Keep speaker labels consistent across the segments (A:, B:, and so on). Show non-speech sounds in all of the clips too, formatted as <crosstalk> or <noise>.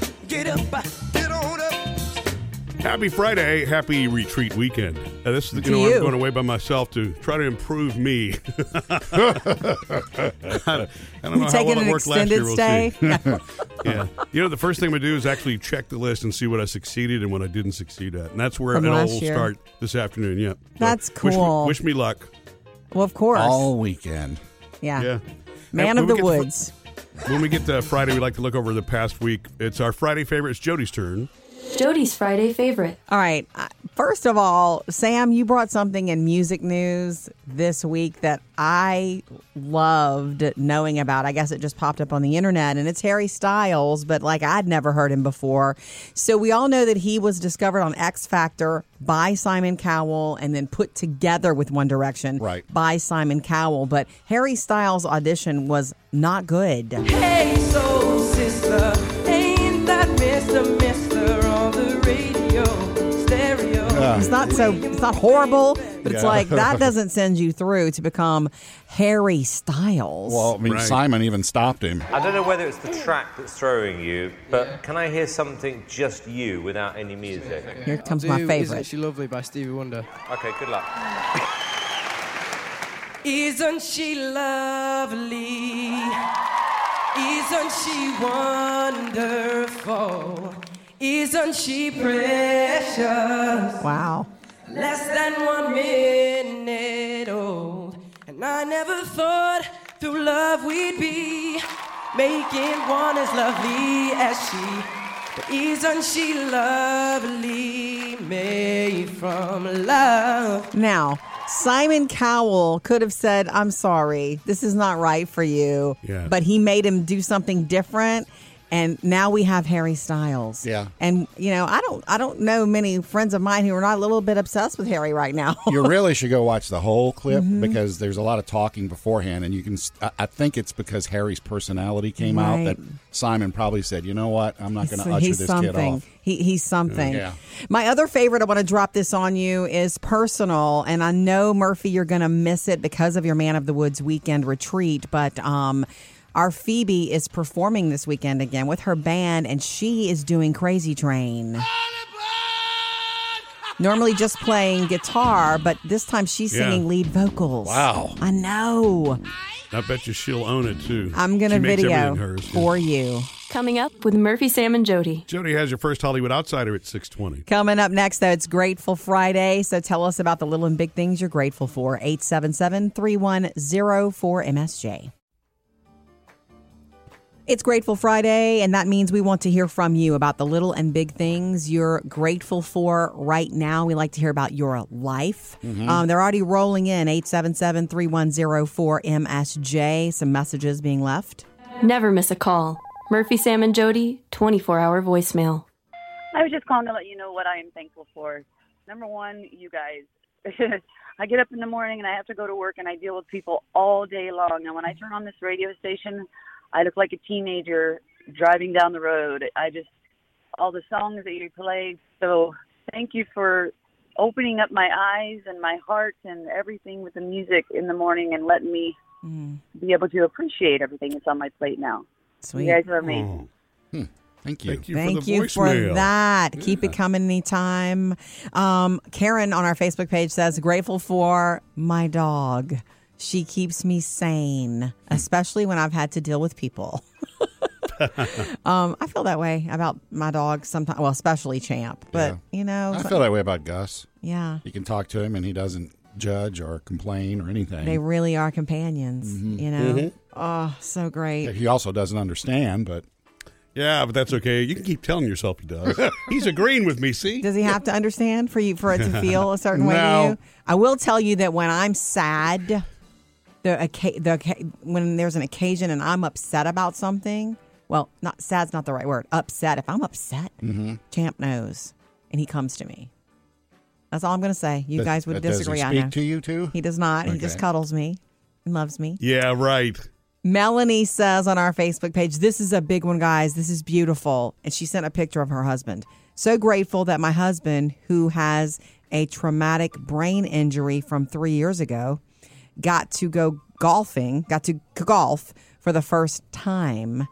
A: up, get on up.
B: Happy Friday, happy retreat weekend. Uh, this is, you know,
C: you.
B: I'm going away by myself to try to improve me. <laughs> I don't know how
C: Taking
B: well it
C: an
B: worked last year.
C: extended stay.
B: We'll see. yeah. You know, the first thing we do is actually check the list and see what I succeeded and what I didn't succeed at. And that's where
C: From
B: it'll
C: last
B: all
C: year.
B: start this afternoon. Yeah. So
C: That's
B: wish me-
C: cool.
B: Wish me, luck.
C: well, of course.
A: All weekend.
C: yeah.
B: Yeah.
C: Ah. Man
B: And
C: of
B: when
C: the
B: we get to-
C: woods.
B: when we get to Friday, we like to look over the past week. It's our Friday favorite. It's Jody's turn.
D: Jody's Friday favorite.
C: All right. I- First of all, Sam, you brought something in music news this week that I loved knowing about. I guess it just popped up on the internet, and it's Harry Styles, but like I'd never heard him before. So we all know that he was discovered on X Factor by Simon Cowell and then put together with One Direction
A: Right.
C: by Simon Cowell. But Harry Styles' audition was not good.
E: Hey, soul sister, ain't that Mr. Mister on the radio stereo?
C: It's not so. It's not horrible, but it's
A: Yeah.
C: like that doesn't send you through to become Harry Styles.
A: Well, Oh, I mean,
B: Right.
A: Simon even stopped him.
F: I don't know whether it's the track that's throwing you, but can I hear something just you without any music?
C: Here comes my
G: Do Isn't
C: favorite.
G: She Lovely by Stevie Wonder.
F: Okay, good luck.
E: Isn't she lovely? Isn't she wonderful? Isn't she precious?
C: Wow.
E: Less than one minute old. And I never thought through love we'd be making one as lovely as she. But isn't she lovely? Made from love.
C: Now, Simon Cowell could have said, "I'm sorry, this is not right for you,"
B: Yeah.
C: but he made him do something different. And now we have Harry Styles.
A: Yeah.
C: And you know, I don't I don't know many friends of mine who are not a little bit obsessed with Harry right now. <laughs>
A: You really should go watch the whole clip
C: Mm-hmm.
A: because there's a lot of talking beforehand, and you can. s- I- I think it's because Harry's personality came out
C: Right.
A: that Simon probably said, "You know what? I'm not going to
C: So
A: usher
C: he's
A: this
C: something.
A: kid off."
C: He, he's something.
A: Yeah.
C: My other favorite, I want to drop this on you, is personal. And I know, Murphy, you're going to miss it because of your Man of the Woods weekend retreat, but. Um, our Phoebe is performing this weekend again with her band, and she is doing Crazy Train. Normally just playing guitar, but this time she's
B: Yeah.
C: singing lead vocals.
A: Wow.
C: I know.
B: I bet you she'll own it too.
C: I'm going to
B: She makes
C: video
B: everything hers.
C: for you.
D: Coming up with Murphy, Sam, and Jody.
B: Jody has your first Hollywood Outsider at 620.
C: Coming up next, though, it's Grateful Friday. So tell us about the little and big things you're grateful for. 877 310 4MSJ. It's Grateful Friday, and that means we want to hear from you about the little and big things you're grateful for right now. We like to hear about your life. Um, they're already rolling in 877 310 4MSJ. Some messages being left.
D: Never miss a call. Murphy, Sam, and Jody, 24 hour voicemail.
H: I was just calling to let you know what I am thankful for. Number one, you guys. <laughs> I get up in the morning and I have to go to work and I deal with people all day long. And when I turn on this radio station, I look like a teenager driving down the road. I just, all the songs that you play. So thank you for opening up my eyes and my heart and everything with the music in the morning and letting me
C: Mm.
H: be able to appreciate everything that's on my plate now.
C: Sweet.
H: You guys are amazing.
A: Thank you.
B: Oh. Thank you
C: Thank
B: for the
C: you for
B: voicemail.
C: that. Keep it coming anytime. Um, Karen on our Facebook page says, Grateful for my dog. She keeps me sane, especially when I've had to deal
B: <laughs>
C: with people. um, I feel that way about my dog sometimes. Well, especially Champ, but you know,
A: I
C: so-
A: feel that way about Gus.
C: yeah,
A: You can talk to him, and he doesn't judge or complain or anything.
C: they really are companions.
B: Mm-hmm.
C: You know, oh, so great.
A: he also doesn't understand, but
B: Yeah, but that's okay. You can keep telling yourself he does. He's agreeing with me, see?
C: Does he have to understand for you for it
A: <laughs>
C: to feel a certain way to
A: No.
C: you? I will tell you that when I'm sad, the occa- the occa- when there's an occasion and I'm upset about something, well, not sad's not the right word. Upset. If I'm upset,
A: Mm-hmm.
C: Champ knows, and he comes to me. That's all I'm going to say. You
A: Does-
C: guys would
A: uh, does he
C: disagree. I
A: speak
C: know.
A: to you, too?
C: He does not. He just
A: Okay.
C: cuddles me. and loves me.
B: Yeah, right.
C: Melanie says on our Facebook page, This is a big one, guys. This is beautiful. And she sent a picture of her husband. So grateful that my husband, who has a traumatic brain injury from three years ago, got to go golfing, got to golf for the first time.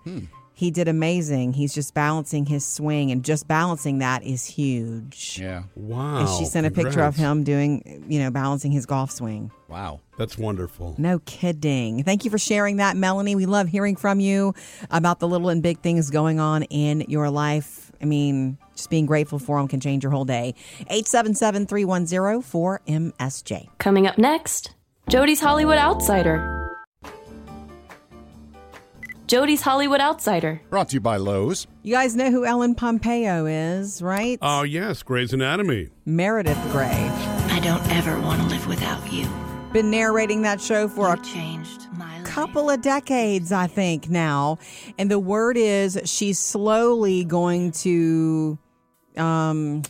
C: He did amazing. He's just balancing his swing, and just balancing that is huge.
A: Yeah.
B: Wow.
C: And she sent a picture of
B: Oh, Congrats.
C: him doing, you know, balancing his golf swing.
A: Wow.
B: That's wonderful.
C: No kidding. Thank you for sharing that, Melanie. We love hearing from you about the little and big things going on in your life. I mean, just being grateful for them can change your whole day. 877 310 4MSJ.
D: Coming up next, Jody's Hollywood Outsider. Jody's Hollywood Outsider.
A: Brought to you by Lowe's.
C: You guys know who Ellen Pompeo is, right?
B: Oh, yes, Grey's Anatomy.
C: Meredith Grey.
G: I don't ever want to live without you.
C: Been narrating that show for
G: You
C: a
G: changed my life.
C: couple of decades, I think, now. And the word is she's slowly going to um,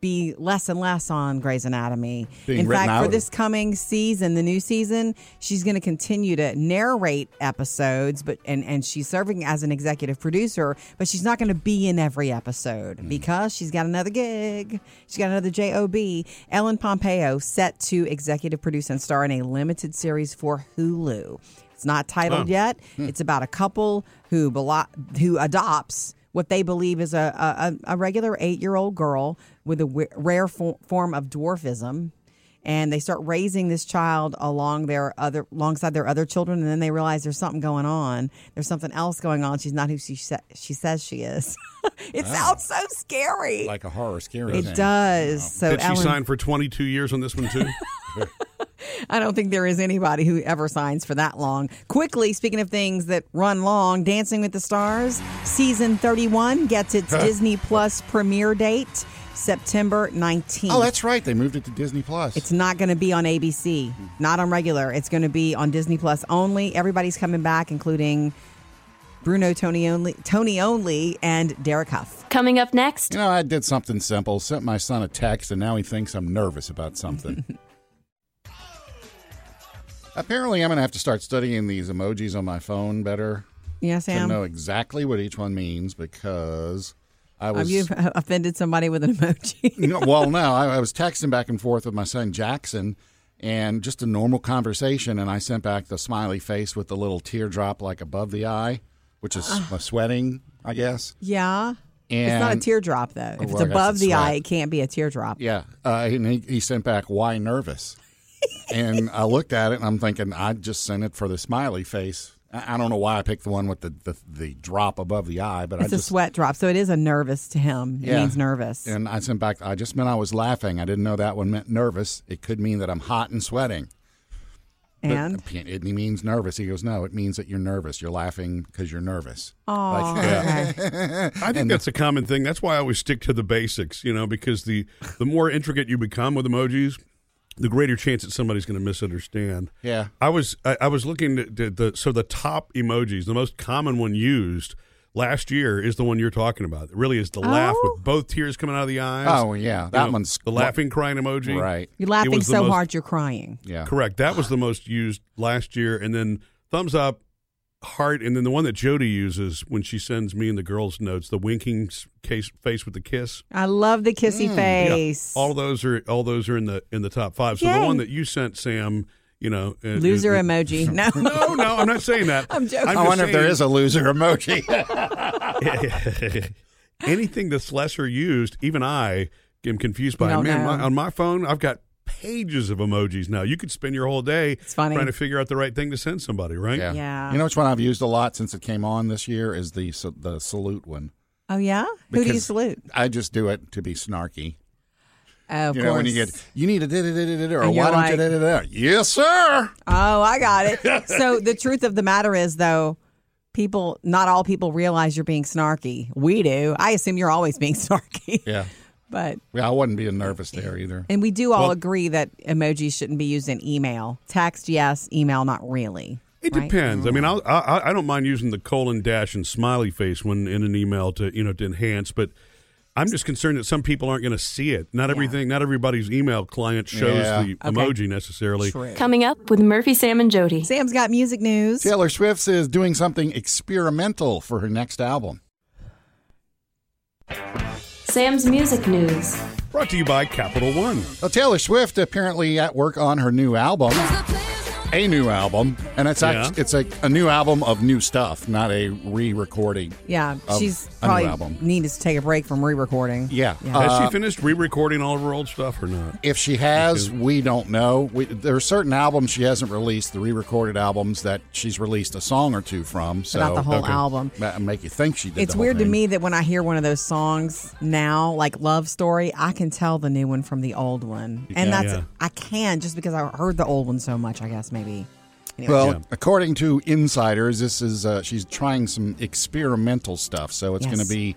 C: be less and less on Grey's Anatomy.
A: Being
C: In
A: written
C: fact, for
A: out.
C: this coming season, the new season, she's going to continue to narrate episodes, but and, and she's serving as an executive producer, but she's not going to be in every episode because she's got another gig. She's got another job. Ellen Pompeo set to executive produce and star in a limited series for Hulu. It's not titled yet. It's about a couple who belo- who adopts what they believe is a a, a a regular eight year old girl with a w- rare fo- form of dwarfism and they start raising this child along their other alongside their other children and then they realize there's something going on there's something else going on she's not who she sa- she says she is <laughs> it sounds so scary
A: Like a horror scary
C: it
A: thing.
C: does so
B: Did she
C: Ellen,
B: sign for 22 years on this one,
C: <laughs>
B: too?
C: i don't think there is anybody who ever signs for that long quickly speaking of things that run long dancing with the stars season 31 gets its disney plus premiere date september 19th
A: Oh, that's right. They moved it to Disney Plus.
C: It's not going to be on ABC, not on regular. It's going to be on Disney Plus only. Everybody's coming back, including Bruno Tony only, Tony only, and Derek Huff.
D: Coming up next,
A: you know, I did something simple. Sent my son a text, and now he thinks I'm nervous
C: <laughs>
A: about something. Apparently, I'm going to have to start studying these emojis on my phone better
C: Yes, Sam.
A: to know exactly what each one means because I
C: Have
A: was. <laughs>
C: you offended somebody with an emoji?
A: No, well, no, I, I was texting back and forth with my son Jackson, and just a normal conversation, and I sent back the smiley face with the little teardrop like above the eye, which is
C: Ah.
A: a sweating, I guess.
C: <laughs> yeah. it's
A: And-
C: not a teardrop though. If
A: Well, I
C: it's
A: guess
C: above
A: it's
C: the eye,
A: right.
C: it can't be a teardrop.
A: Yeah, uh, and he, he sent back,
C: <laughs>
A: "Why nervous?" and I looked at it, and I'm thinking, I just sent it for the smiley face. I, I don't know why I picked the one with the, the the drop above the eye, but
C: It's
A: I
C: a
A: just
C: sweat drop, so it is a nervous to him. It
A: Yeah.
C: means nervous.
A: and I sent back, I just meant I was laughing. I didn't know that one meant nervous. It could mean that I'm hot and sweating. But
C: and
A: it means nervous. He goes, no, it means that you're nervous. You're laughing because you're nervous.
C: oh,
A: Like, <laughs>
C: okay.
B: I think that's a common thing. That's why I always stick to the basics, you know, because the the more intricate you become with emojis, the greater chance that somebody's going to misunderstand.
A: Yeah.
B: I was I, I was looking at the, the so the top emojis, the most common one used last year is the one you're talking about. It really is the laugh
C: Oh.
B: with both tears coming out of the eyes.
A: Oh, yeah,
B: You
A: that
B: know,
A: one's
B: the laughing crying emoji.
A: Right.
C: you're
B: It
C: laughing
B: was the
C: so
B: most-
C: hard you're crying.
A: Yeah.
B: Correct. That was the most used last year, and then thumbs up, heart, and then the one that Jody uses when she sends me and the girls notes, the winking s- case, face with the kiss.
C: I love the kissy
B: Yeah.
C: face.
B: All those are all those are in the in the top five. So
C: Yay.
B: the one that you sent, Sam, you know, uh,
C: Loser
B: uh,
C: emoji. No. <laughs>
B: No, no, I'm not saying that.
C: I'm joking.
A: I wonder if there is a loser emoji.
B: a <laughs> anything that's lesser used. Even I am confused by.
C: You
B: it.
C: don't
B: Man, my,
C: know.
B: on my phone, I've got pages of emojis now. You could spend your whole day
C: funny.
B: trying to figure out the right thing to send somebody, right?
A: Yeah.
C: Yeah.
A: You know which one I've used a lot since it came on this year is the sa- the salute one.
C: Oh yeah, who do you
A: Because
C: salute?
A: I just do it to be snarky.
C: Oh, of
A: you
C: course.
A: know when you get you need a da da da da da or
C: And you're
A: why don't
C: like-
A: you da da da? Yes, sir.
C: oh, I got
A: <laughs>
C: it. so the truth of the matter is, though, people not all people realize you're being snarky. We do. I assume you're always being <laughs> snarky,
A: Yeah.
C: but
A: Yeah, I wasn't being nervous there either.
C: and we do all agree that emojis shouldn't be used in email. Text, yes. Email, not really.
B: It
C: right? Mm.
B: depends. I mean, I'll, I I don't mind using the colon dash and smiley face when in an email to you know to enhance, but I'm just concerned that some people aren't going to see it. Not everything, not everybody's email client shows
A: Yeah.
B: the emoji necessarily.
D: coming up with Murphy, Sam, and Jody.
C: Sam's got music news.
A: Taylor Swift is doing something experimental for her next album.
D: Sam's Music News.
B: Brought to you by Capital One.
A: Well, Taylor Swift apparently at work on her new album. a new album, and it's act-
B: Yeah.
A: it's like a new album of new stuff, not a re-recording.
C: Yeah,
A: of
C: she's
A: a new
C: probably
A: album.
C: needs to take a break from re-recording.
A: Yeah.
B: Has
A: Uh,
B: she finished re-recording all of her old stuff or not?
A: if she has, we don't know. We, there are certain albums she hasn't released, the re-recorded albums that she's released a song or two from. So
C: not the whole album.
A: Ma- make you think she did.
C: It's
A: the whole
C: weird to
A: thing.
C: me that when I hear one of those songs now, like Love Story, I can tell the new one from the old one.
B: can,
C: and that's,
B: yeah.
C: I can just because I heard the old one so much, I guess, maybe. Anyway.
A: Well,
B: Yeah.
A: according to insiders, this is uh, she's trying some experimental stuff, so it's
C: Yes.
A: going to be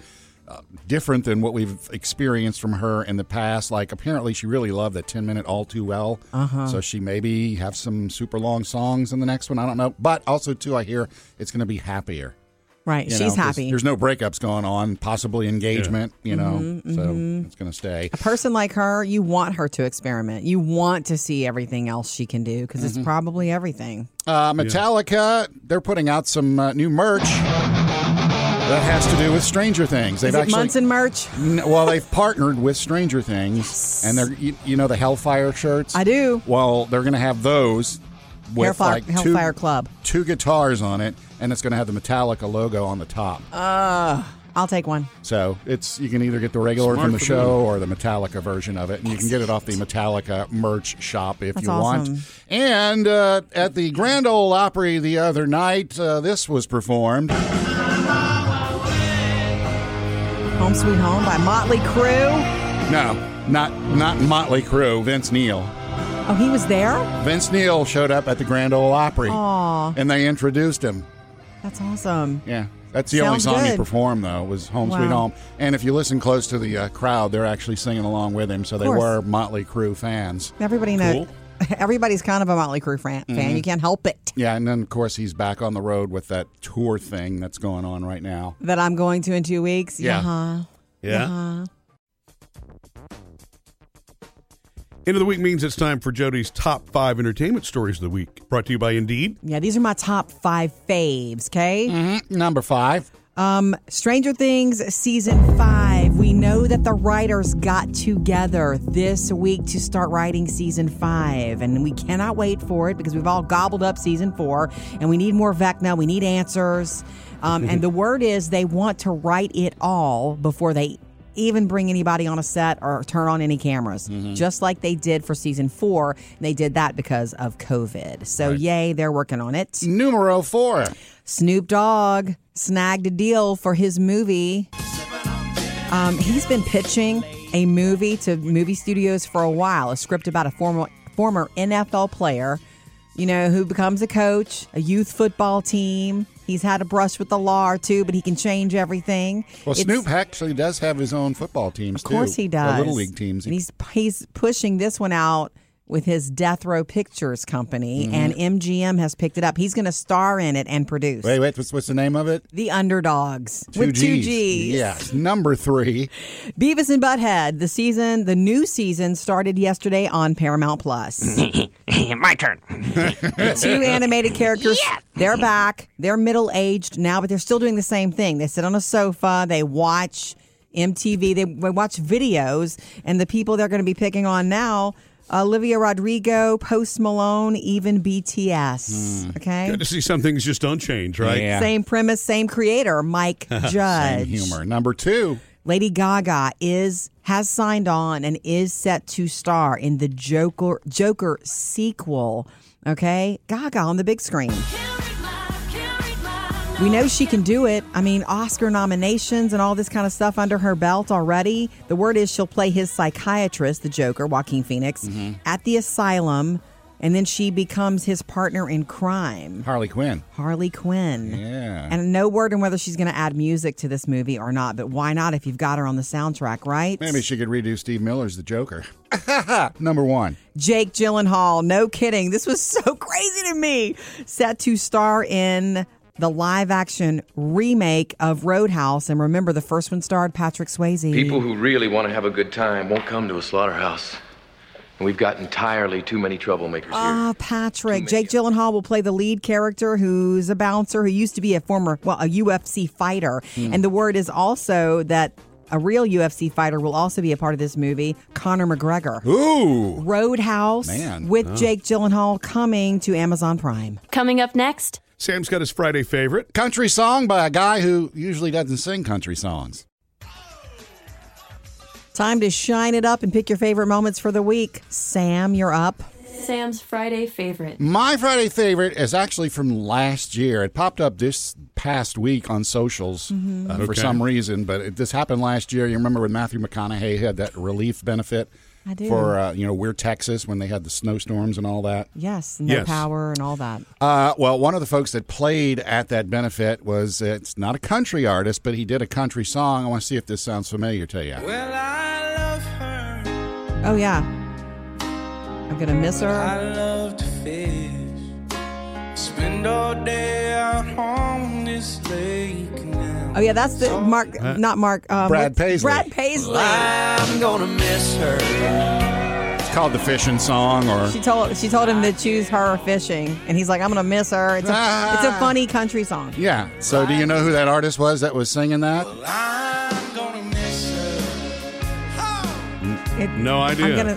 A: uh, different than what we've experienced from her in the past. Like apparently, she really loved that ten minute all too well, uh-huh. so she maybe have some super long songs in the next one. I don't know, but also too, I hear it's going to be happier.
C: right.
A: you know,
C: She's
A: 'cause
C: happy.
A: There's no breakups going on, possibly engagement. You know,
C: Mm-hmm,
A: so it's going to stay.
C: a person like her, you want her to experiment. You want to see everything else she can do because
A: Mm-hmm.
C: it's probably everything.
A: Uh, Metallica, they're putting out some uh, new merch that has to do with Stranger Things. They've
C: Is it
A: actually
C: Munson merch?
A: N- well, they've partnered with Stranger Things, and they're you, you know the Hellfire shirts.
C: I do.
A: Well, they're going to have those with
C: Hellfire,
A: like two,
C: Hellfire Club.
A: two guitars on it, and it's going to have the Metallica logo on the top.
C: I'll take one.
A: so it's you can either get the regular
B: Smart
A: from the
B: for
A: show or the Metallica version of it, and you can get it off the Metallica merch shop if
C: That's
A: you want.
C: awesome.
A: And uh, at the Grand Ole Opry the other night, uh, this was performed.
C: Home Sweet Home by Motley Crue.
A: No, not not Motley Crue, Vince Neil.
C: Oh, he was there?
A: Vince Neil showed up at the Grand Ole Opry, and they introduced him.
C: That's awesome.
A: Yeah, that's the
C: Sounds
A: only song he
C: good.
A: performed though was "Home Sweet
C: Wow.
A: Home." And if you listen close to the uh, crowd, they're actually singing along with him, so they
C: course.
A: were Motley Crue fans.
C: Everybody knows.
B: Cool.
C: <laughs> Everybody's kind of a Motley Crue fan. fan. You can't help it.
A: Yeah, and then of course he's back on the road with that tour thing that's going on right now.
C: That I'm going to in two weeks.
A: Yeah.
C: Uh-huh.
B: Yeah.
C: Uh-huh.
B: End of the week means it's time for Jody's top five entertainment stories of the week, brought to you by Indeed.
C: Yeah, these are my top five faves, okay?
A: Number five,
C: Um, Stranger Things season five. We know that the writers got together this week to start writing season five, and we cannot wait for it because we've all gobbled up season four, and we need more Vecna. We need answers, um, and the word is they want to write it all before they even bring anybody on a set or turn on any cameras, just like they did for season four. And they did that because of COVID. So yay, they're working on it.
A: numero four.
C: Snoop Dogg snagged a deal for his movie. Um, he's been pitching a movie to movie studios for a while, a script about a former former NFL player, you know, who becomes a coach, a youth football team. He's had a brush with the law or two, but he can change everything.
A: Well,
C: It's-
A: Snoop actually does have his own football teams
C: of course
A: too.
C: he
A: or
C: does.
A: little league teams.
C: And he's he's pushing this one out with his Death Row Pictures company,
A: Mm-hmm.
C: and MGM has picked it up. He's going to star in it and produce
A: Wait, wait, what's, what's the name of it?
C: the underdogs with two G's.
A: Yes. Number three.
C: Beavis and Butthead, the season, the new season started yesterday on Paramount Plus.
I: My turn.
C: two animated characters. They're back. They're middle aged now, but they're still doing the same thing. They sit on a sofa, they watch MTV, they, they watch videos, and the people they're going to be picking on now. Olivia Rodrigo, Post Malone, even BTS. Okay.
B: Good to see some things just don't change, right?
A: Yeah.
C: Same premise, same creator, Mike Judge.
A: Same humor. Number two.
C: Lady Gaga is has signed on and is set to star in the Joker Joker sequel. Okay, Gaga on the big screen. We know she can do it. I mean, Oscar nominations and all this kind of stuff under her belt already. The word is she'll play his psychiatrist, the Joker, Joaquin Phoenix,
A: Mm-hmm.
C: at the asylum, and then she becomes his partner in crime,
A: Harley Quinn.
C: Harley Quinn.
A: Yeah.
C: And no word on whether she's going to add music to this movie or not, but why not if you've got her on the soundtrack, right?
A: Maybe she could redo Steve Miller's The Joker. <laughs> Number one.
C: Jake Gyllenhaal, no kidding. This was so <laughs> crazy to me. Set to star in the live action remake of Roadhouse. And remember, the first one starred Patrick Swayze.
J: People who really want to have a good time won't come to a slaughterhouse. And we've got entirely too many troublemakers here.
C: Ah, Patrick. Jake Gyllenhaal will play the lead character who's
J: Hmm.
C: a bouncer who used to be a former, well, a UFC fighter. And the word is also that a real UFC fighter will also be a part of this movie, Conor McGregor.
A: Ooh.
C: Roadhouse
A: Man,
C: with Jake Gyllenhaal coming to Amazon Prime.
D: Coming up next,
B: Sam's got his Friday favorite.
A: Country song by a guy who usually doesn't sing country songs.
C: Time to shine it up and pick your favorite moments for the week. Sam, you're up.
D: Sam's Friday favorite.
A: My Friday favorite is actually from last year. It popped up this past week on socials uh, for
B: Okay.
A: some reason, but it, this happened last year. You remember when Matthew McConaughey had that relief benefit
C: I do.
A: for uh, you know we're Texas when they had the snowstorms and all that.
C: Yes, no
B: Yes.
C: power and all that.
A: Uh, well, one of the folks that played at that benefit was it's not a country artist, but he did a country song. I want to see if this sounds familiar to you.
E: Well, I love her.
C: Oh yeah. I'm gonna miss her.
E: I love to fish. Spend all day out on this lake now.
C: Oh yeah, that's the Mark, not Mark. Um,
A: Brad
C: what's-
A: Paisley.
C: Brad Paisley.
E: I'm gonna miss her.
A: It's called the fishing song, or
C: She told she told him to choose her fishing, and he's like, "I'm gonna miss her." It's a,
A: <laughs> Ah.
C: it's a funny country song.
A: yeah. So, do you know who that artist was that was singing that?
E: I'm gonna miss her.
C: It,
B: No idea.
C: I'm gonna.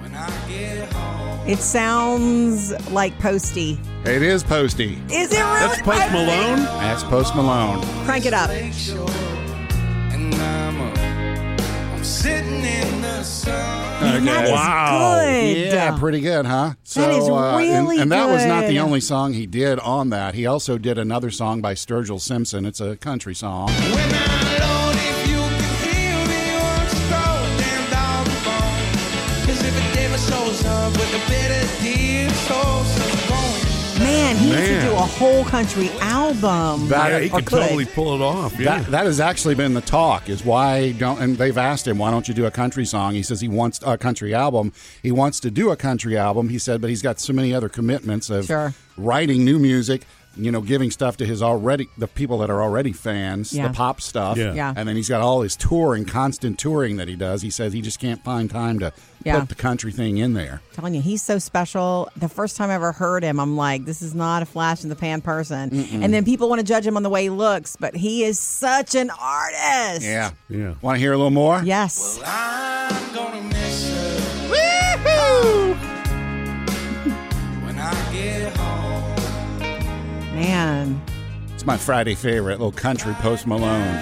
E: When I get home.
C: It sounds like Posty.
A: It is Posty.
C: Is it really?
B: That's Post
C: Posty?
B: Malone.
A: That's Post Malone.
C: Crank it up.
E: Lakeshore, and I'm, uh, I'm sitting in the sun.
C: That is
B: Wow.
C: good.
A: Yeah, pretty good, huh? So,
C: That is
A: uh, and-
C: really
A: and, that was not the
C: good.
A: only song he did on that. He also did another song by Sturgill Simpson. It's a country song.
E: When I alone, if you can hear me, won't you throw a damn dog a bone? 'Cause if it never shows up with a better deal, so someone.
C: Man, he needs
B: Man.
C: to do a whole country album.
A: That-
B: Yeah, he
C: Or
B: could
C: could.
B: totally pull it off. Yeah.
A: That, that has actually been the talk is why don't and they've asked him why don't you do a country song? He says he wants a country album. He wants to do a country album. He said, but he's got so many other commitments of
C: Sure.
A: writing new music, you know, giving stuff to his already the people that are already fans,
C: Yeah.
A: the pop stuff,
B: Yeah.
C: Yeah.
A: and then he's got all his touring, constant touring that he does. He says he just can't find time to
C: Yeah.
A: put the country thing in there.
C: telling you, he's so special. The first time I ever heard him, I'm like, this is not a flash in the pan person. And then people want to judge him on the way he looks, but he is such an artist.
A: Yeah,
B: Yeah.
A: Want to hear a little more?
C: Yes.
E: I'm gonna miss her. When I get home.
C: Man.
A: It's my Friday favorite, little country Post Malone.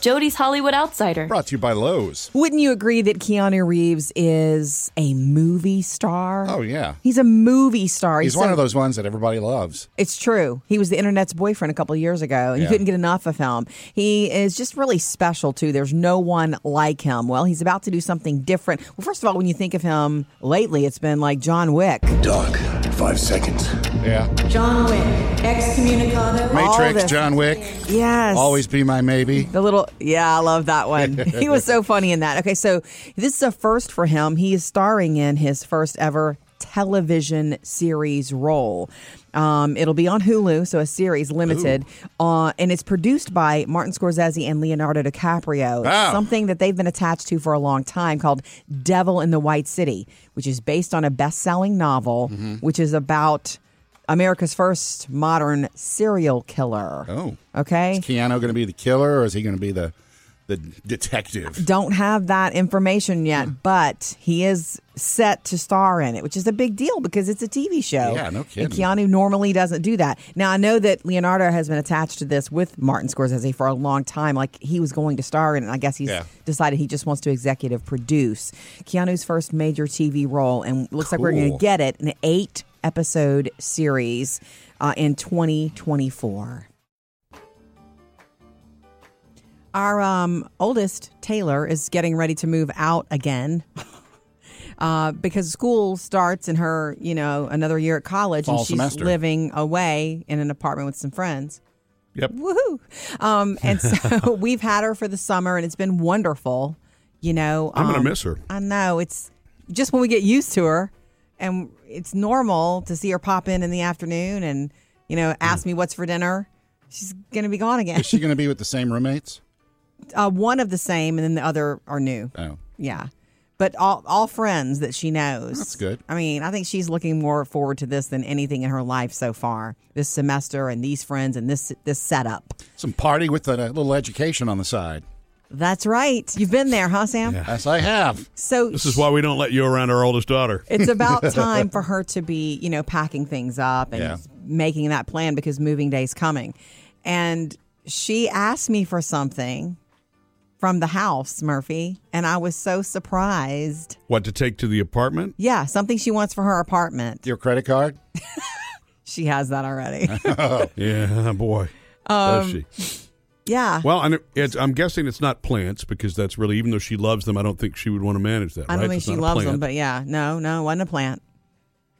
D: Jody's Hollywood Outsider.
A: Brought to you by Lowe's.
C: Wouldn't you agree that Keanu Reeves is a movie star?
A: Oh yeah.
C: He's a movie star.
A: He's one
C: so-
A: of those ones that everybody loves.
C: It's true. He was the internet's boyfriend a couple years ago, and you
A: Yeah.
C: couldn't get enough of him. He is just really special too. There's no one like him. Well, he's about to do something different. Well, first of all, when you think of him lately, it's been like John Wick.
I: Doc, five seconds.
A: Yeah.
K: John Wick, excommunicado.
A: Matrix,
C: this.
A: John Wick,
C: Yes,
A: always be my maybe.
C: The little, yeah, I love that one. he was so funny in that. Okay, so this is a first for him. He is starring in his first ever television series role. Um, it'll be on Hulu, so a series limited, uh, and it's produced by Martin Scorsese and Leonardo DiCaprio.
A: Wow.
C: Something that they've been attached to for a long time called "Devil in the White City," which is based on a best-selling novel, which is about America's first modern serial killer.
A: Oh.
C: Okay,
A: Is Keanu going to be the killer or is he going to be the the
C: <laughs>
A: detective?
C: don't have that information
A: Hmm.
C: yet, but he is set to star in it, which is a big deal because it's a TV show.
A: Yeah, no kidding.
C: And Keanu normally doesn't do that. Now I know that Leonardo has been attached to this with Martin Scorsese for a long time. Like he was going to star in it. And I guess he's
A: Yeah.
C: decided he just wants to executive produce Keanu's first major TV role, and looks like we're going to
A: Cool.
C: get it an eight episode series uh, in 2024. Our um, oldest, Taylor, is getting ready to move out again <laughs> uh, because school starts in her, you know, another year at college
A: Fall
C: and she's
A: semester.
C: living away in an apartment with some friends.
B: Yep.
C: Woohoo. Um, and so <laughs> we've had her for the summer and it's been wonderful. You know,
B: I'm gonna
C: um,
B: miss her.
C: I know. It's just when we get used to her and it's normal to see her pop in in the afternoon and, you know, ask me what's for dinner. She's going to be gone again.
A: Mm. Is she going to be with the same roommates?
C: Uh, one of the same and then the other are new.
A: Oh.
C: Yeah. but all all friends that she knows.
A: That's good.
C: I mean, I think she's looking more forward to this than anything in her life so far. This semester and these friends and this this setup.
A: Some party with a little education on the side.
C: That's right. You've been there, huh, Sam?
A: Yes, I have.
C: So
B: This is why we don't let you around our oldest daughter.
C: it's
B: <laughs>
C: about time for her to be, you know, packing things up and
B: Yeah.
C: making that plan because moving day's coming. And she asked me for something from the house, Murphy, and I was so surprised.
B: What to take to the apartment?
C: Yeah, something she wants for her apartment.
A: Your credit card?
C: She has that already.
B: <laughs> yeah, <laughs> boy. Does
C: Um,
B: she?
C: yeah.
B: Well, and it- it's, I'm guessing it's not plants because that's really, even though she loves them, I don't think she would want to manage that.
C: I don't
B: right?
C: think
B: It's
C: she
B: not a
C: loves them,
B: plant.
C: but yeah. No, no, it wasn't a plant.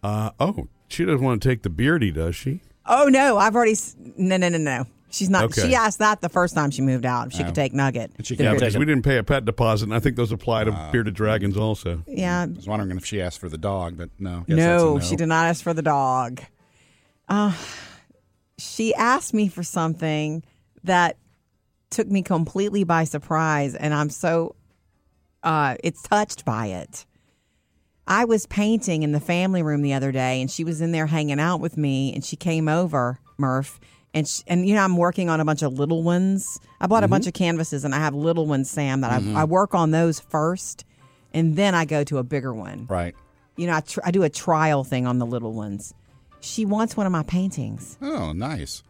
B: Uh, oh, she doesn't want to take the beardy, does she?
C: Oh no, I've already s- no no no no. She's not.
B: Okay.
C: She asked that the first time she moved out. If she could take Nugget.
A: But she
B: yeah,
A: can't
B: because
A: take
B: we
A: it.
B: didn't pay a pet deposit, and I think those apply to bearded dragons also.
C: Yeah.
A: I was wondering if she asked for the dog, but no. guess that's a
C: No, she did not ask for the dog. Uh, she asked me for something that took me completely by surprise, and I'm so uh, it's touched by it. I was painting in the family room the other day, and she was in there hanging out with me, and she came over, Murph, and sh and you know I'm working on a bunch of little ones. I bought a
A: Mm-hmm.
C: bunch of canvases, and I have little ones, Sam, that
A: Mhm.
C: I, I work on those first, and then I go to a bigger one
A: Right.
C: you know, I, tr- I do a trial thing on the little ones. She wants one of my paintings.
A: Oh, nice.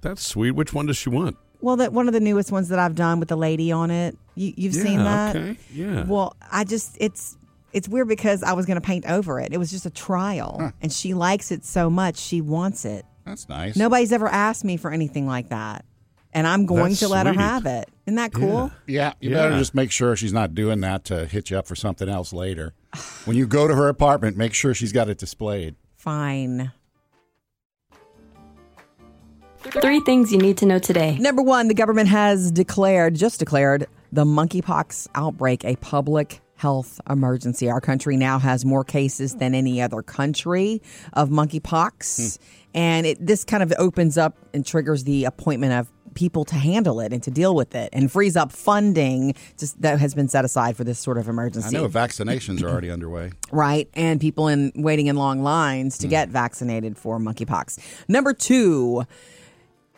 B: That's sweet. Which one does she want?
C: Well, that one of the newest ones that I've done with the lady on it. You, you've
B: Yeah,
C: seen that?
B: okay. Yeah.
C: Well, I just it's it's weird because I was going to paint over it. It was just a trial, and she likes it so much she wants it.
A: That's nice.
C: Nobody's ever asked me for anything like that, and I'm going
A: That's
C: to let
A: sweet.
C: her have it. Isn't that cool?
A: Yeah, you
B: Yeah.
A: better just make sure she's not doing that to hit you up for something else later. When you go to her apartment, make sure she's got it displayed.
C: Fine.
D: Three things you need to know today.
C: Number one, the government has declared, just declared, the monkeypox outbreak a public health emergency. Our country now has more cases than any other country of
A: Hmm.
C: monkeypox. And it, this kind of opens up and triggers the appointment of people to handle it and to deal with it and frees up funding just that has been set aside for this sort of
A: I
C: emergency
A: know vaccinations are already underway.
C: right? And people in waiting in long lines
A: Hmm.
C: to get vaccinated for monkeypox. Number two,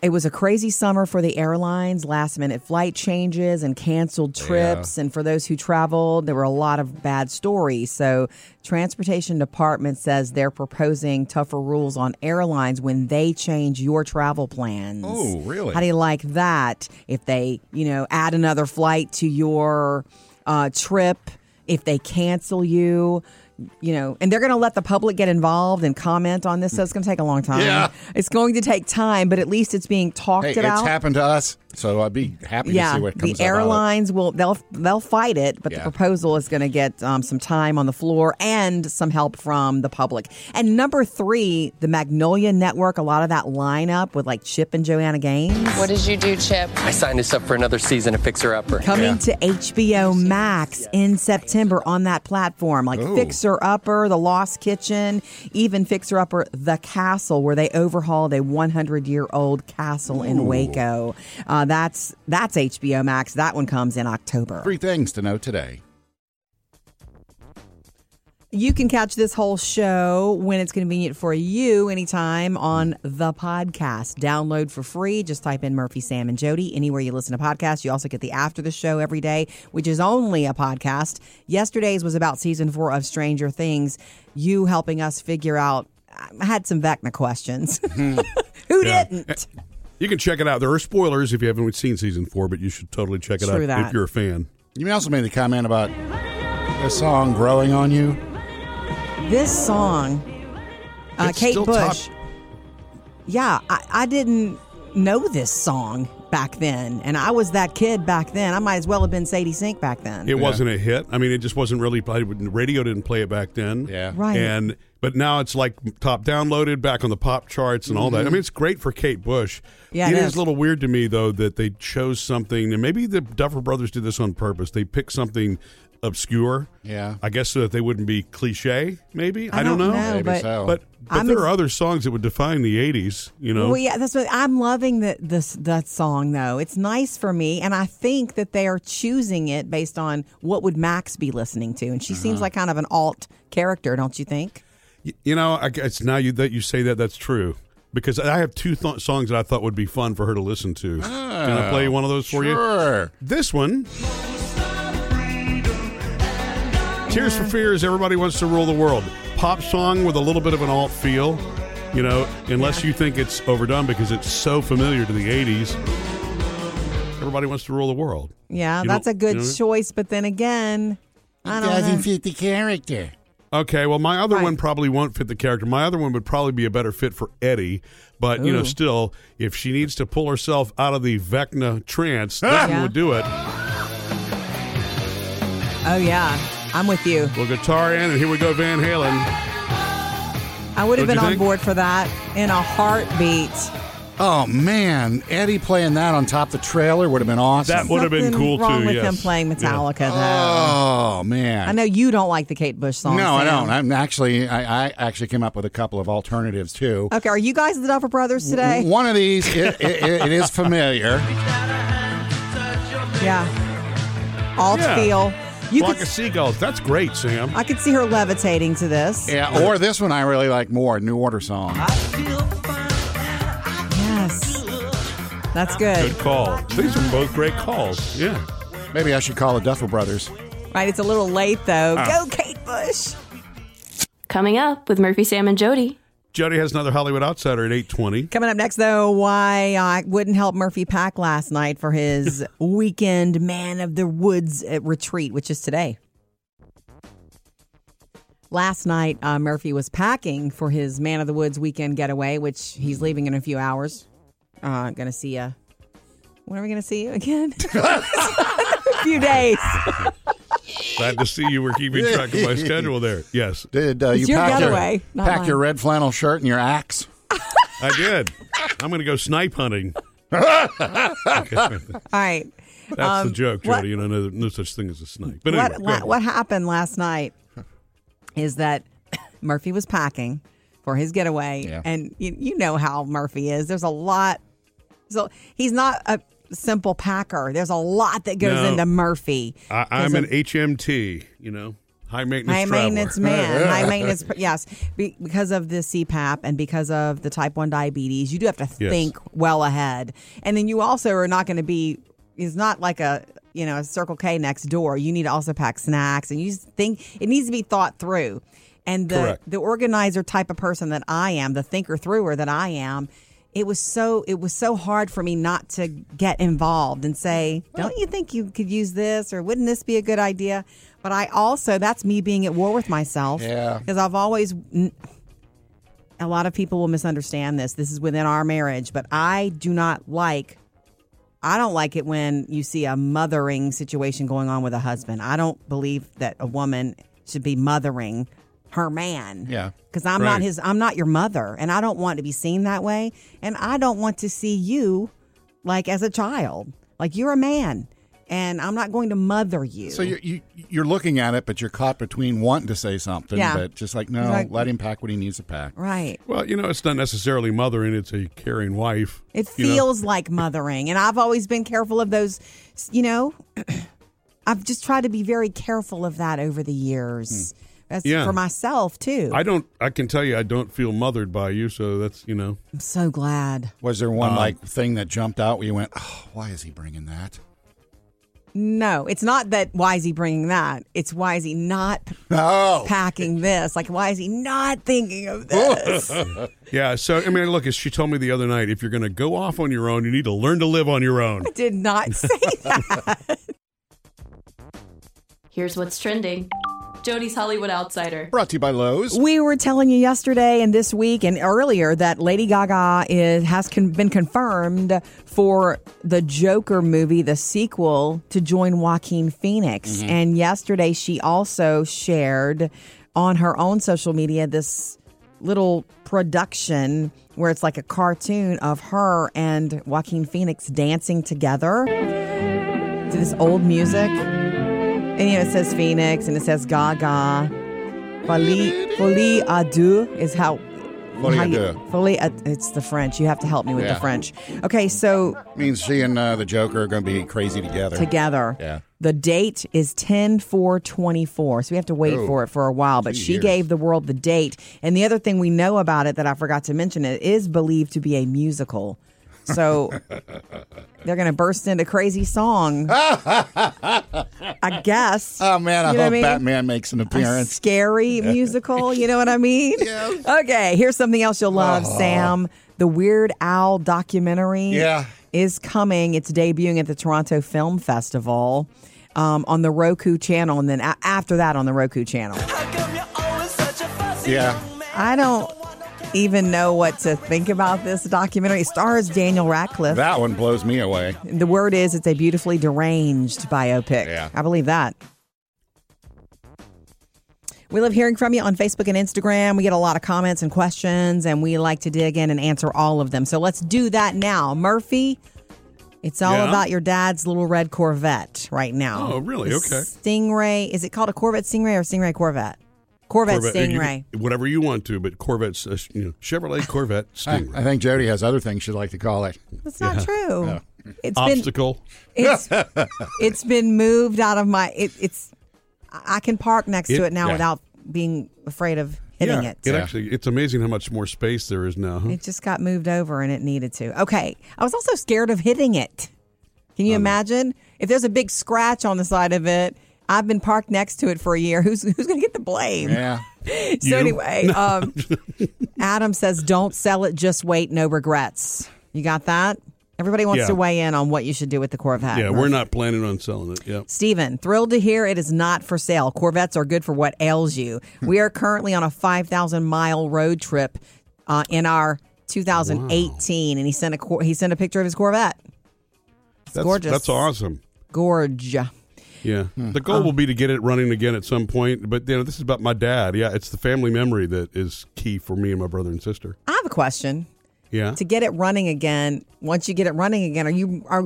C: it was a crazy summer for the airlines, last minute flight changes and canceled trips. And for those who traveled, there were a lot of bad stories. So, Transportation Department says they're proposing tougher rules on airlines when they change your travel plans.
A: Oh, really?
C: How do you like that? If they, you know, add another flight to your uh, trip, if they cancel you, you know, and they're going to let the public get involved and comment on this. So it's going to take a long time.
A: Yeah.
C: It's going to take time, but at least it's being talked
A: Hey, it's
C: about.
A: happened to us, so I'd be happy to
C: yeah,
A: see what comes
C: the
A: up out of it.
C: airlines will they'll they'll fight it, but
A: Yeah.
C: the proposal is going to get um, some time on the floor and some help from the public. And number three, the Magnolia Network, a lot of that lineup with like Chip and Joanna Gaines.
L: What did you do, Chip?
M: I signed us up for another season of Fixer Upper.
C: Coming to HBO Max in September on that platform, like
M: Ooh.
C: Fixer Upper, The Lost Kitchen, even Fixer Upper, The Castle, where they overhauled a 100 year old castle in Waco. Uh, that's that's HBO Max. That one comes in October.
A: Three things to know today.
C: You can catch this whole show when it's convenient for you anytime on the podcast. Download for free. Just type in Murphy, Sam, and Jody anywhere you listen to podcasts. You also get the after the show every day, which is only a podcast. Yesterday's was about season four of Stranger Things. You helping us figure out. I had some Vecna questions. <laughs> Who didn't?
B: You can check it out. There are spoilers if you haven't seen season four, but you should totally check it
C: True
B: out
C: that.
B: if you're a fan.
A: You also made the comment about the song "Growing on You."
C: This song, uh,
A: It's
C: Kate
A: still
C: Bush.
A: top-
C: Yeah, I, I didn't know this song back then, and I was that kid back then. I might as well have been Sadie Sink back then.
B: It wasn't a hit. I mean, it just wasn't really played. Radio didn't play it back then. Yeah,
C: Right.
B: And but now it's like top downloaded, back on the pop charts and all that. I mean, it's great for Kate Bush.
C: Mm-hmm. Yeah, it
B: it is.
C: is.
B: a little weird to me though that they chose something, and maybe the Duffer Brothers did this on purpose. They picked something obscure.
A: Yeah.
B: I guess so that they wouldn't be cliche, maybe.
C: I
B: I don't,
C: don't
B: know.
C: know, Maybe but- so.
B: But, but
C: I'm
B: there
C: ex-
B: are other songs that would define the 80s, you know?
C: Well, yeah, that's what I'm loving that this that song though. It's nice for me, and I think that they are choosing it based on what would Max be listening to, and she seems like kind of an alt character, don't you think?
B: Y- You know, I guess now you, that you say that, that's true. Because I have two th- songs that I thought would be fun for her to listen to. Can I play one of those for you?
A: Sure.
B: This one. Tears for Fears, Everybody Wants to Rule the World. Pop song with a little bit of an alt feel, you know, unless you think it's overdone because it's so familiar to the 80s. Everybody Wants to Rule the World.
C: Yeah,
B: You
C: that's
B: don't-
C: a good
B: you know?
C: choice, but then again, I don't know.
A: fit the character.
B: Okay, well, my other one probably won't fit the character. My other one would probably be a better fit for Eddie, but you know,
A: Ooh.
B: still, if she needs to pull herself out of the Vecna trance, that
C: Yeah.
B: one would do it.
C: Oh yeah, I'm with you.
B: Well, guitar in, and here we go, Van Halen.
C: I would have
B: Don't
C: been
B: you
C: on
B: think?
C: board for that in a heartbeat.
A: Oh man, Eddie playing that on top of the trailer would have been awesome.
B: That would have been
C: Nothing
B: cool
C: wrong
B: too.
C: with
B: yes.
C: him playing Metallica though.
A: Oh
C: I
A: man.
C: know you don't like the Kate Bush song.
A: no, I
C: Sam.
A: don't. I'm actually, I, I actually came up with a couple of alternatives too.
C: Okay, are you guys the Duffer Brothers today?
A: One of these, it, it, it- it is familiar.
C: Yeah. Alt
B: Yeah.
C: feel. You
B: Flock
C: could,
B: of seagulls. That's great, Sam.
C: I could see her levitating to this.
A: Yeah, or this one I really like more, New Order song.
C: Yes. That's good.
B: Good call. These are both great calls. Yeah.
A: Maybe I should call the Duffel Brothers.
C: Right, it's a little late though.
B: Ah.
C: Go Kate Bush.
D: Coming up with Murphy, Sam, and Jody.
B: Jody has another Hollywood Outsider at eight twenty.
C: Coming up next though, why I wouldn't help Murphy Pack last night for his weekend man of the woods uh, retreat, which is today. Last night, uh, Murphy was packing for his Man of the Woods weekend getaway, which he's leaving in a few hours. Uh, gonna see you. When are we gonna see you again? <laughs> a few days.
B: Glad to see you were keeping track of my schedule there. Yes,
A: Did uh,
C: It's
A: you
C: your
A: pack,
C: getaway,
A: your,
C: not
A: pack
C: mine.
A: your red flannel shirt and your axe?
B: I did. I'm going to go snipe hunting.
C: All right.
B: That's the joke, Jody. You know, no, no such thing as a snake. But
C: Um, what
B: anyway, go
C: la-
B: ahead.
C: what happened last night is that Murphy was packing for his getaway,
A: Yeah.
C: and you, you know how Murphy is. There's a lot. So he's not a simple packer. There's a lot that goes
B: No.
C: into Murphy.
B: I, I'm an HMT. You know, high maintenance.
C: High
B: traveler.
C: maintenance man,
B: <laughs>
C: high maintenance. per- Yes, Be- because of the CPAP and because of the type one diabetes, you do have to
B: Yes.
C: think well ahead, and then you also are not going to be. It's not like a you know a Circle K next door. You need to also pack snacks, and you just think it needs to be thought through. And the
B: Correct.
C: the organizer type of person that I am, the thinker througher that I am. It was so it was so hard for me not to get involved and say, "Don't you think you could use this or wouldn't this be a good idea?" But I also that's me being at war with myself.
A: Yeah.
C: Because I've always, n- a lot of people will misunderstand this. This is within our marriage, but I do not like, I don't like it when you see a mothering situation going on with a husband. I don't believe that a woman should be mothering her man.
A: Yeah.
C: Because I'm not
B: Right.
C: his, I'm not your mother, and I don't want to be seen that way. And I don't want to see you like as a child. Like you're a man, and I'm not going to mother you.
A: So you're, you, you're looking at it, but you're caught between wanting to say something,
C: Yeah.
A: but just like, no,
C: Like-
A: let him pack what he needs to pack.
C: right.
B: Well, you know, it's not necessarily mothering; it's a caring wife.
C: It
B: you know?
C: feels like mothering. And I've always been careful of those, you know, <clears throat> I've just tried to be very careful of that over the years. That's
B: Hmm. Yeah.
C: for myself, too.
B: I don't. I can tell you, I don't feel mothered by you. So that's you know.
C: I'm so glad.
A: Was there one like thing that jumped out where you went, oh, why is he bringing that?
C: No, it's not that why is he bringing that? It's why is he not
A: No.
C: packing this? Like, why is he not
B: <laughs>
C: thinking of this?
B: Yeah. So I mean, look, as she told me the other night, if you're going to go off on your own, you need to learn to live on your own.
C: I did not
B: <laughs>
C: say that.
D: Here's what's trending Jody's Hollywood Outsider.
A: Brought to you by Lowe's.
C: We were telling you yesterday and this week and earlier that Lady Gaga is, has con- been confirmed for the Joker movie, the sequel, to join Joaquin Phoenix. And yesterday she also shared on her own social media this little production where it's like a cartoon of her and Joaquin Phoenix dancing together to this old music. And you know, it says Phoenix and it says Gaga. Folie, folie à deux is how.
A: Folie
C: how
A: à
C: you-
A: deux.
C: Folie à- it's the French. You have to help me with
A: Yeah.
C: the French. Okay, so
A: Means she and uh, the Joker are going to be crazy together.
C: together.
A: Yeah.
C: The date is 10 4 24. So we have to wait
A: Oh,
C: for it for a while. But
A: two
C: she
A: years.
C: gave the world the date. And the other thing we know about it that I forgot to mention it is believed to be a musical.
A: <laughs>
C: So they're going to burst into crazy song. I guess.
A: Oh man, I
C: You know what
A: hope
C: I mean?
A: Batman makes an
C: A
A: appearance.
C: scary musical. You know what I mean? Okay, here's something else you'll love, Sam. The Weird Owl documentary
A: Yeah.
C: is coming. It's debuting at the Toronto Film Festival um, on the Roku channel, and then a- after that on the Roku channel.
A: Yeah.
C: I don't even know what to think about this documentary. It stars Daniel Radcliffe.
A: That one blows me away.
C: the word is it's a beautifully deranged biopic.
A: Yeah.
C: I believe that. We love hearing from you on Facebook and Instagram. We get a lot of comments and questions, and we like to dig in and answer all of them. So let's do that now. Murphy, it's all
B: Yeah.
C: about your dad's little red Corvette right now.
B: Oh, really?
C: The
B: Okay.
C: Stingray. Is it called a Corvette Stingray or Stingray Corvette? Corvette,
B: you
C: Stingray.
B: can- whatever you want to, but Corvette's uh, you know, Chevrolet Corvette
A: I,
B: Stingray.
A: I think Jody has other things she'd like to call
C: <laughs>
A: it.
C: That's not true. It's been
B: Obstacle. <laughs>
C: it's it's been moved out of my it, it's I can park next to
B: It-
C: it now
B: yeah.
C: without being afraid of hitting
B: yeah,
C: it.
B: actually it's amazing how much more space there is now. huh?
C: It just got moved over and it needed to. Okay. I was also scared of hitting it. Can
B: Uh-huh.
C: you imagine? If there's a big scratch on the side of it, I've been parked next to it for a year. <laughs> Who's who's gonna get the blame?
A: Yeah.
C: <laughs> So anyway, um, Adam says, "Don't sell it. Just wait. No regrets." You got that? Everybody wants
B: Yeah.
C: to weigh in on what you should do with the Corvette.
B: Yeah, we're not planning on selling it. Yep.
C: Steven, thrilled to hear it is not for sale. Corvettes are good for what ails you. We are currently on a 5,000 mile road trip uh, in our 2018, and he sent a cor- he sent a picture of his Corvette.
B: That's
C: gorgeous.
B: That's awesome.
C: Gorge.
B: Yeah.
C: Hmm.
B: The
C: Um,
B: goal will be to get it running again at some point, but you know, this is about my dad. Yeah, it's the family memory that is key for me and my brother and sister.
C: I have a question.
B: Yeah.
C: To get it running again, once you get it running again, are you are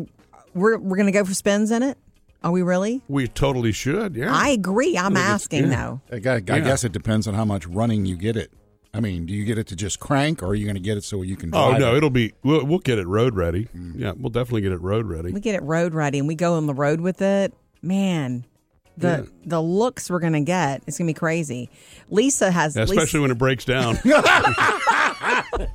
C: we're we're gonna go for spins in it? Are we really?
B: We totally should. Yeah.
C: I agree. I'm
B: Look, it's-
C: asking
B: yeah.
C: though.
A: I, gu- I
B: Yeah.
A: guess it depends on how much running you get it. I mean, do you get it to just crank, or are you going to get it so you can?
B: Oh
A: drive
B: no,
A: it?
B: it'll be we'll, we'll get it road ready. Yeah, we'll definitely get it road ready.
C: Hmm. We get it road ready and we go on the road with it. Man, the the looks we're gonna get, it's gonna be crazy. Lisa has
B: Yeah, especially when it breaks
C: <laughs>
B: down.
C: Lisa,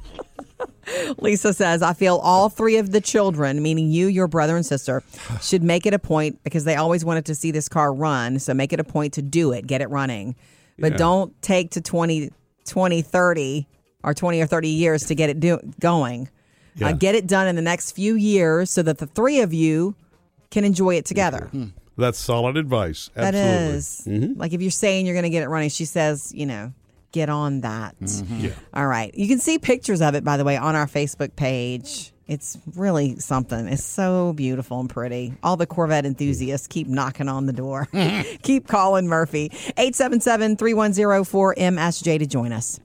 C: Lisa says, I feel all three of the children, meaning you, your brother
B: <sighs>
C: and sister, should make it a point because they always wanted to see this car run. So make it a point to do it, get it running. But
B: Yeah.
C: don't take to 20, 20, 30 or 20 or 30 years to get it do- going. Uh,
B: Yeah.
C: get it done in the next few years so that the three of you can enjoy it together.
B: That's solid advice.
C: That
B: Absolutely. Mm-hmm.
C: is. Like if you're saying you're going to get it running, she says, you know, get on that.
B: Yeah.
C: All right. You can see pictures of it, by the way, on our Facebook page. It's really something. It's so beautiful and pretty. All the Corvette enthusiasts keep knocking on
B: <laughs>
C: the door. <laughs> keep calling Murphy. 877 3104 MSJ to join us.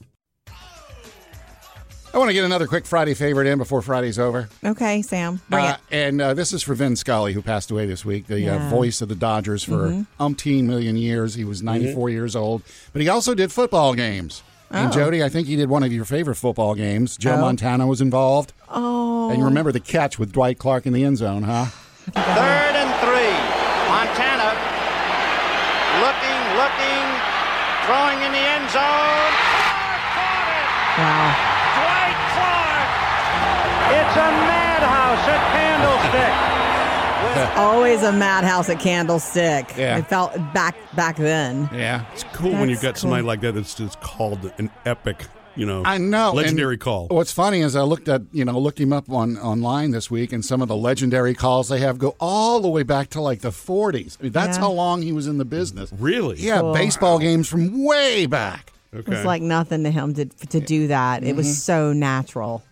A: I want to get another quick Friday favorite in before Friday's over.
C: Okay, Sam. Bring
A: Uh,
C: it.
A: and uh, this is for Vin Scully, who passed away this week, the
C: Yeah. Mm-hmm.
A: uh, voice of the Dodgers for umpteen million years. He was 94 years old, but he also did football games.
C: Oh.
A: And Jody, I think he did one of your favorite football games. Joe Montana was involved. Oh. And you remember the catch with Dwight Clark in the end zone, huh?
L: Third and three. Montana looking, looking, throwing in the end zone.
C: Wow.
L: Dwight Clark. It's a madhouse at Candlestick.
C: Always a madhouse at Candlestick.
B: Yeah.
C: It felt back back then.
A: Yeah.
B: It's cool when you've got
C: That's
B: somebody
C: cool.
B: like that that's just called an epic, you know,
A: I know. and
B: legendary call.
A: What's funny is I looked at you know looked him up on online this week, and some of the legendary calls they have go all the way back to like the 40s. I mean, that's
C: Yeah.
A: how long he was in the business.
B: Really?
A: Yeah, baseball games from way back.
B: Okay. Mm-hmm.
C: It was like nothing to him to to do that. It was so natural.